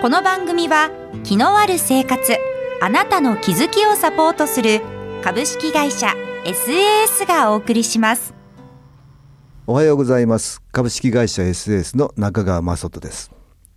この番組は気のある生活あなたの気づきをサポートする株式会社 SAS がお送りしますおはようございます株式会社 SS の中川雅人です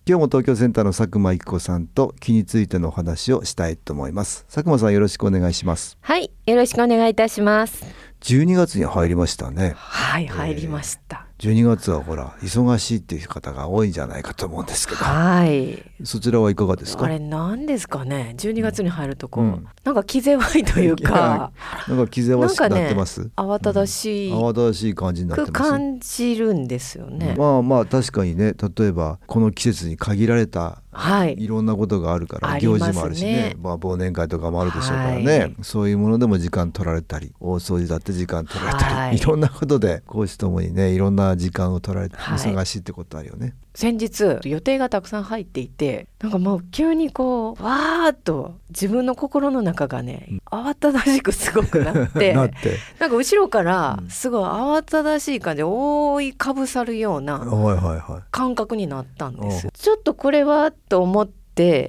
今日も東京センターの佐久間一子さんと気についてのお話をしたいと思います佐久間さんよろしくお願いしますはい、よろしくお願いいたします。 12月に入りましたねはい、入りました。 12月はほら忙しいっていう方が多いんじゃないかと思うんですけどはい。そちらはいかがですかあれ何ですかね。12月に入るとこう、うんなんか気強いというか、なんか気ぜわしくなってます、慌ただし慌ただしい感じになってくます感じるんですよね。まあまあ確かにね例えばこの季節に限られたはいい。ろんなことがあるから、あり行ますね事もあるしねまあ、忘年会とかもあるでしょうからね、はいそういうものでも時間取られたり大掃除だって時間取られたり、、はいいろんなことで講師ともにねいろんな時間を取られてはい忙しいってことあるよね。先日予定がたくさん入っていて、なんかもう急にこうわーっと自分の心の中がね、慌ただしくすごくなっ て。なってなんか後ろからうんすごい慌ただしい感じで覆いかぶさるようなはいはいは感覚になったんですおちょっとこれはと思って、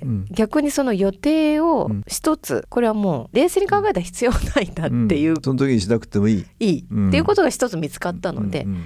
うん逆にその予定をうん一つこれはもう冷静に考えたら必要ないんだい。っていう、んその時にしなくてもいい。いい、うんっていうことが一つ見つかったので、うんうん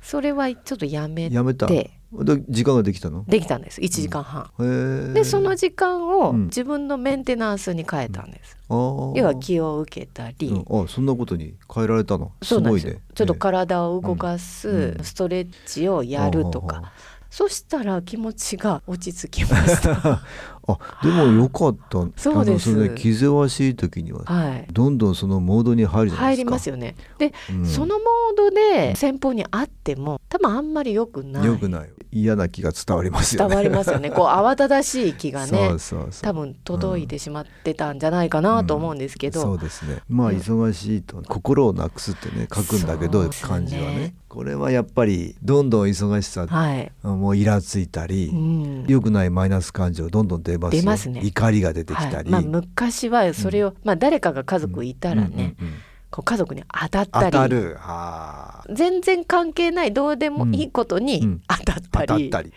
それはちょっとやめやめた。でて時間ができたの。できたんです1時間半、へーでその時間をうん自分のメンテナンスに変えたんです、あー要は気を受けたり、うん、あそんなことに変えられたのすそうなんごいですよねちょっと体を動かす、うんストレッチをやるとか、あそしたら気持ちが落ち着きま したあでもよかったそうですあのそれね気ぜわしい時にははいどんどんそのモードに入るじゃないで入すりかますよねで、うんそのモードで先方に会っても多分あんまり良くない良くない嫌な気が伝わりますよ伝ねわりますよねこう慌ただしい気がそねうそうそう多分届いてしまってたんじゃないかなと思うんですけど、そうですねまあうん忙しいと心をなくすってね書くんだけそどうですね漢字はねこれはやっぱりどんどん忙しさはい、もうイラついたりうん良くないマイナス感情どんどん出ますよ出ますね怒りが出てきはたいりまあ、昔はそれを、まあ、誰かが家族いたらね、うんうんうんこう家族に当たった当りたるあー全然関係ないどうでもいいことうにん当たった当り,、たったり、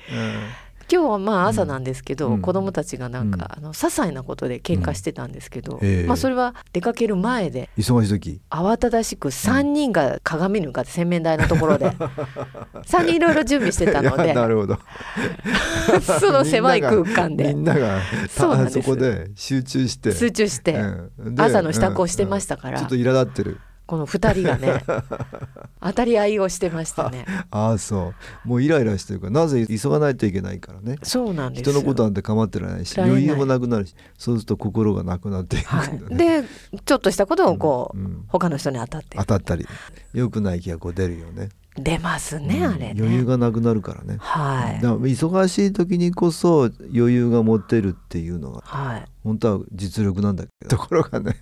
今日はまあ朝なんですけど、うん子供たちがなんか、あの些細なことで喧嘩してたんですけど、うんええまあ、それは出かける前で忙しい時慌ただしく3人が鏡に向かって洗面台のところ で、3人いろいろ準備してたのいやでなるほど その狭い空間みでんながそうなたんですそこで集中して集中して、うんで朝の支度をしてましうんたから、ちょっと苛立ってるこの2人 がね当たり合いをしてましたね。ああそうもうイライラしてるからなぜ急がないといけないからねそうなんです人よのことなんて構ってられないしられない余裕もなくなるしそうすると心がなくなっていくはんだい、ね、でちょっとしたことをこう、うん他の人に当たって当たったり良くない気がこう出るよね出ますね、うんあれね余裕がなくなるからねはいだから忙しい時にこそ余裕が持てるっていうのがはい本当は実力なんだけど ところがね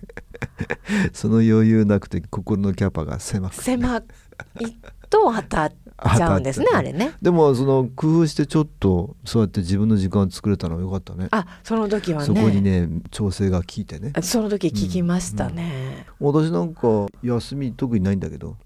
その余裕なくて心のキャパが狭くて狭いと当たっちゃうんですね当たっちゃうあれねでもその工夫してちょっとそうやって自分の時間を作れたのはよかったねあその時はねそこにね調整が効いてねその時聞きましたね、私なんか休み特にないんだけど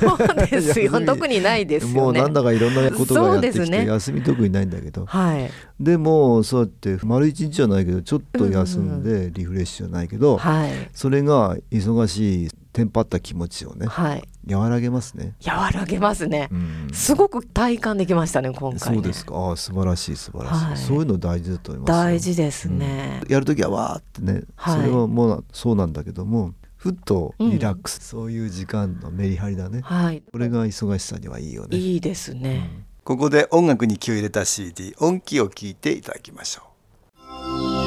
そうで すいやよ別に特にない ですよ ねもうなんだかいろんなことがやってそきうですて、ね休み特にないんだけどはいでもそうやって丸一日じゃないけどちょっと休んでリフレッシュじゃないけど、はいそれが忙しいテンパった気持ちをねはい和らげますね。和らげますね、うんすごく体感できましたね今回ねそうですか。ああ素晴らしい素晴らしい,、はいそういうの大事だと思いますよ。大事ですね、やるときはわーってね、はいそれはもうそうなんだけども、ふっとリラックス、そういう時間のメリハリだね。はいこれが忙しさにはいいよね。いいですね、ここで音楽に気を入れた CD 音気を聞いていただきましょう。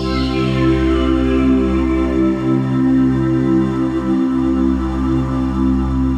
「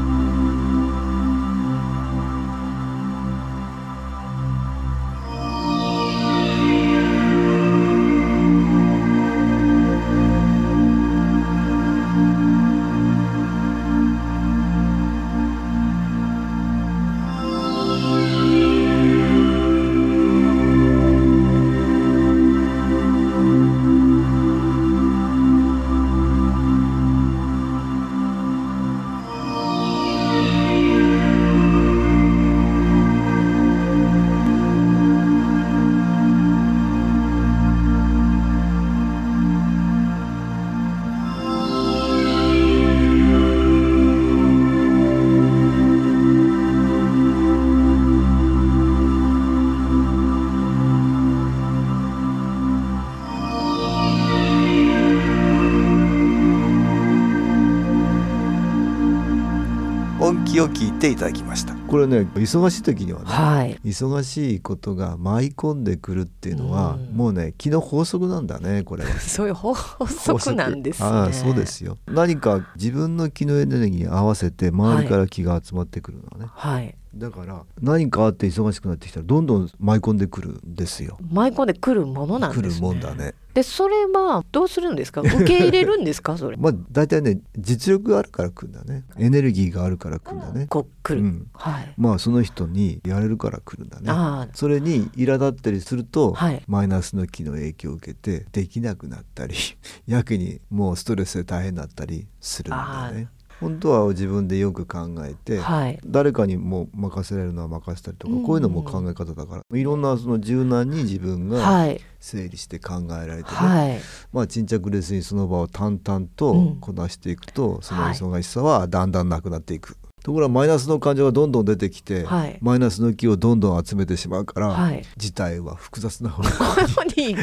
話を聞いていただきましたこれね忙しい時にはね、はい忙しいことが舞い込んでくるっていうのは、うんもうね気の法則なんだねこれは。そういう法則なんですねああそうですよ何か自分の気のエネルギーに合わせて周りから気が集まってくるのはね、はいだから何かあって忙しくなってきたらどんどん舞い込んでくるんですよ舞い込んでくるものなんです来ねるもんだねでそれはどうするんですか受け入れるんですかそれまあ大体ね実力があるから来るんだねエネルギーがあるから来るんだねこう来る、うんはいまあその人にやれるから来るんだねあそれに苛立ったりすると、はいマイナスの気の影響を受けてできなくなったり やけにもうストレスで大変だったりするんだね。本当は自分でよく考えあて、はい誰かにもう任せられるのは任せたりとか、うんこういうのも考え方だからいろんなその柔軟に自分がはい整理して考えられてね、はいまあ沈着レスにその場を淡々うとんこなしていくと、その忙しさはだんだんなくなっていく。ところがマイナスの感情がどんどん出てきて、はいマイナスの気をどんどん集めてしまうから、はい事態は複雑な方向ここにやに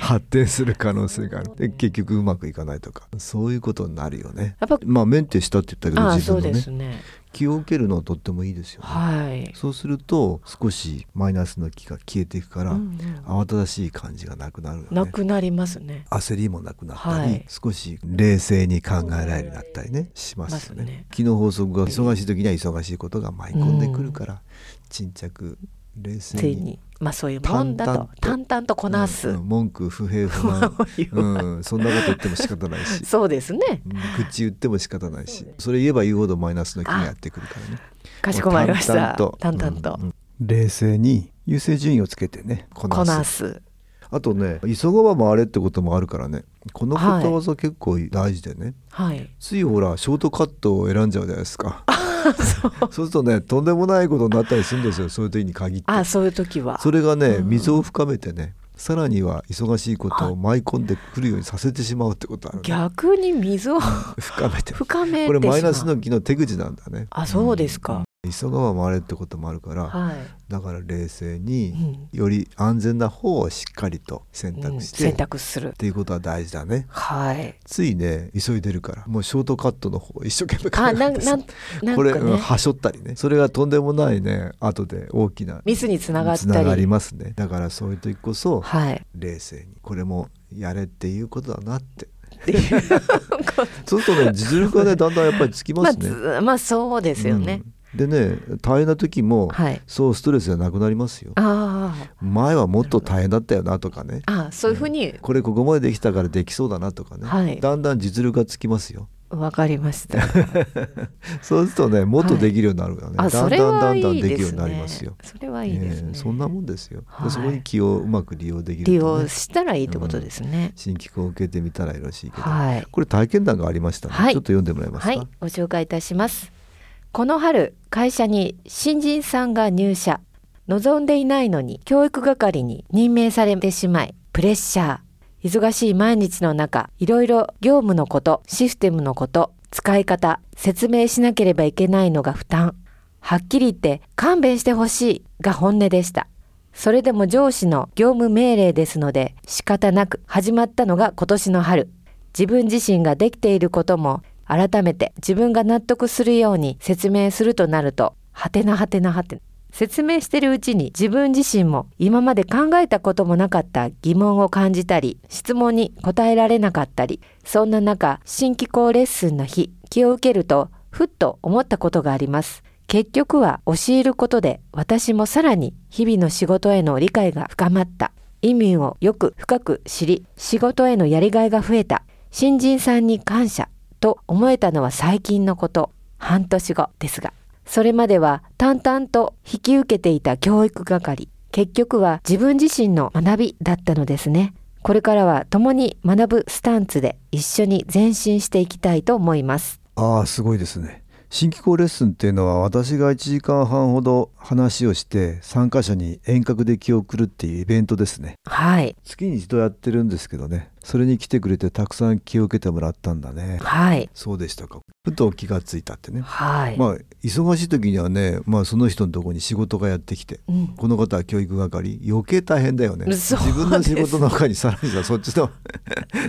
発展する可能性があるで結局うまくいかないとかそういうことになるよねっぱまあメンテしたって言ったけどああ自そう分のでねすね気を受けるのはとってもいいですよね、はい、そうすると少しマイナスの気が消えていくから、うんうん慌ただしい感じがなくなるよねなくなりますね焦りもなくなったり、はい少し冷静に考えられるようになったりねしますよまねすね。気の法則が忙しい時には忙しいことが舞い込んでくるから、沈着冷つ静いににまあそういうもんだと淡淡々とこなす、うんうん文句不平不 満うん、そんなこと言っても仕方ないし、そうですねうん口言っても仕方ないしそれ言えば言うほどマイナスの気がやってくるからね。 かしこまりましたもう淡々とうんうん冷静に優勢順位をつけてねここなすすあとね急がば回れってこともあるからねこのことわざ結構大事でね、はいついほらショートカットを選んじゃうじゃないですかそうするとねとんでもないことになったりするんですよそういう時に限ってあそういう時はそれがねうん溝を深めてねさらには忙しいことを舞い込んでくるようにさせてしまうってことある、ね、逆に水を深めて深めてしまうこれマイナスの気の手口なんだねあそうですか、急がば回れってこともあるから、はい、だから冷静にうんより安全な方をしっかりと選うん択して、選っ択するていうことは大事だねはいついね急いでるからもうショートカットの方一生懸命考あえな んてなさんなんこれ、かうんねはしょったりねそれがとんでもないね後で大きなミスにつながったつながりりますねだからそういう時こそはい冷静にこれもやれっていうことだなってっていうこそうするとね実力がねだんだんやっぱりつきとままあすね。ずまあそうですよね、うんでね大変な時も、はいそうストレスがなくなりますよ。あ前はもっと大変だったよなとかねあああそういうふうにこれここまでできたからできそうだなとかね、はいだんだん実力がつきますよわかりましたそうするとねもっとできるようになるからね、あだそんだれんだはんいだんいできでるようすになりねますよそれはいいですね、ええそんなもんですよ、はいでそこに気をうまく利用でき利ると、ね用、したらいいってことですね、新機構を受けてみたらよろしいけど、はいこれ体験談がありましたね、はいちょっと読んでもらえますか、はい、ご紹介いたします。この春、会社に新人さんが入社。望んでいないのに教育係に任命されてしまい、プレッシャー。忙しい毎日の中、いろいろ業務のこと、システムのこと、使い方、説明しなければいけないのが負担。はっきり言って勘弁してほしいが本音でした。それでも上司の業務命令ですので仕方なく始まったのが今年の春。自分自身ができていることも改めて自分が納得するように説明するとなると、はてなはてなはてな。説明してるうちに自分自身も今まで考えたこともなかった疑問を感じたり質問に答えられなかったりそんな中新機構レッスンの日気を受けるとふっと思ったことがあります結局は教えることで私もさらに日々の仕事への理解が深まった意味をよく深く知り仕事へのやりがいが増えた新人さんに感謝と思えたのは最近のこと半年後ですがそれまでは淡々と引き受けていた教育係結局は自分自身の学びだったのですねこれからは共に学ぶスタンツで一緒に前進していきたいと思いますああすごいですね新機構レッスンっていうのは私が1時間半ほど話をして参加者に遠隔で気を送るっていうイベントですねはい月に一度やってるんですけどねそれに来てくれてたくさん気を受けてもらったんだねはいそうでしたかふと気がついたってねはい、まあ忙しい時にはね、まあ、その人のとこに仕事がやってきてうんこの方は教育係余計大変だよねそ自うです分の仕事の他にさらに さそっちの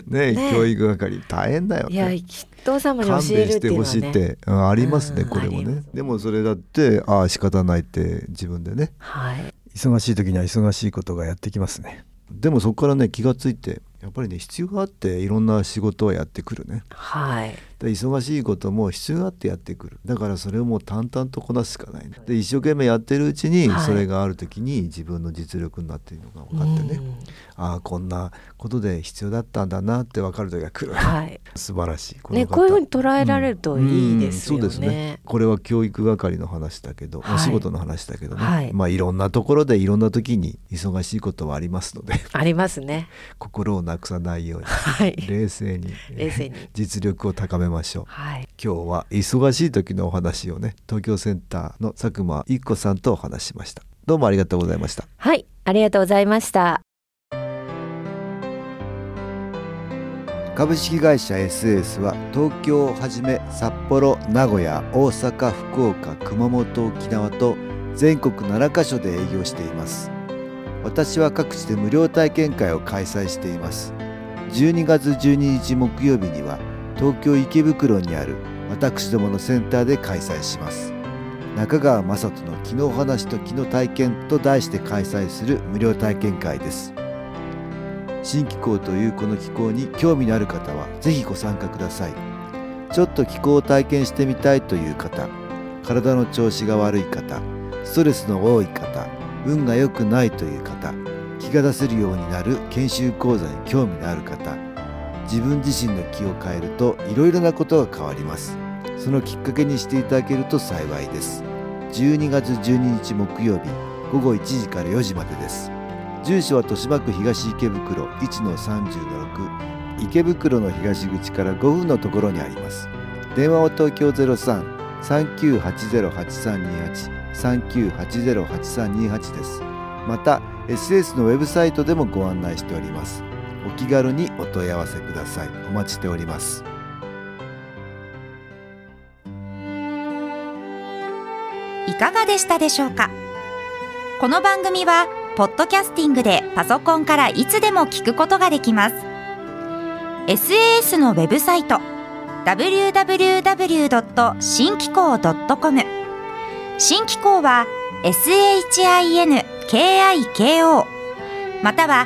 ねね教育係大変だよいやねきっとおさんも教勘え弁るっしてていうのほはしいねってうんありますねうんこれもありまねすでもそれだってああ仕方ないって自分でねはい忙しい時には忙しいことがやってきますねでもそこからね気がついてやっぱりね必要があっていろんな仕事をやってくるねはいで忙しいことも必要があってやってくるだからそれをもう淡々とこなすしかないねで一生懸命やってるうちにはいそれがある時に自分の実力になっているのが分かってね、うんああこんなことで必要だったんだなって分かる時が来るはい素晴らしいこねの方こういうふうに捉えられるといいですよね,、うんうんそうですねこれは教育係の話だけど、はいお仕事の話だけどね、はいまあいろんなところでいろんな時に忙しいことはありますので ありますね心をなくさないようにはい冷静に冷静に実力を高めましょうはい今日は忙しい時のお話をね東京センターの佐久間一子さんとお話ししましたどうもありがとうございましたはいありがとうございました株式会社 SS は東京をはじめ札幌名古屋大阪福岡熊本沖縄と全国7カ所で営業しています私は各地で無料体験会を開催しています12月12日木曜日には東京池袋にある私どものセンターで開催します中川雅人の「昨日話と昨日体験」と題して開催する無料体験会です新気候というこの気候に興味のある方はぜひご参加くださいちょっと気候を体験してみたいという方体の調子が悪い方ストレスの多い方運が良くないという方気が出せるようになる研修講座に興味のある方自分自身の気を変えるといろいろなことが変わりますそのきっかけにしていただけると幸いです12月12日木曜日午後1時から4時までです住所は豊島区東池袋1の36池袋の東口から5分のところにあります電話は東京03-3980-8328 3980-8328ですまた SS のウェブサイトでもご案内しておりますお気軽にお問い合わせくださいお待ちしておりますいかがでしたでしょうかこの番組はポッドキャスティングでパソコンからいつでも聞くことができます SAS のウェブサイト www. 新機構 .com 新機構は SHINKIKO または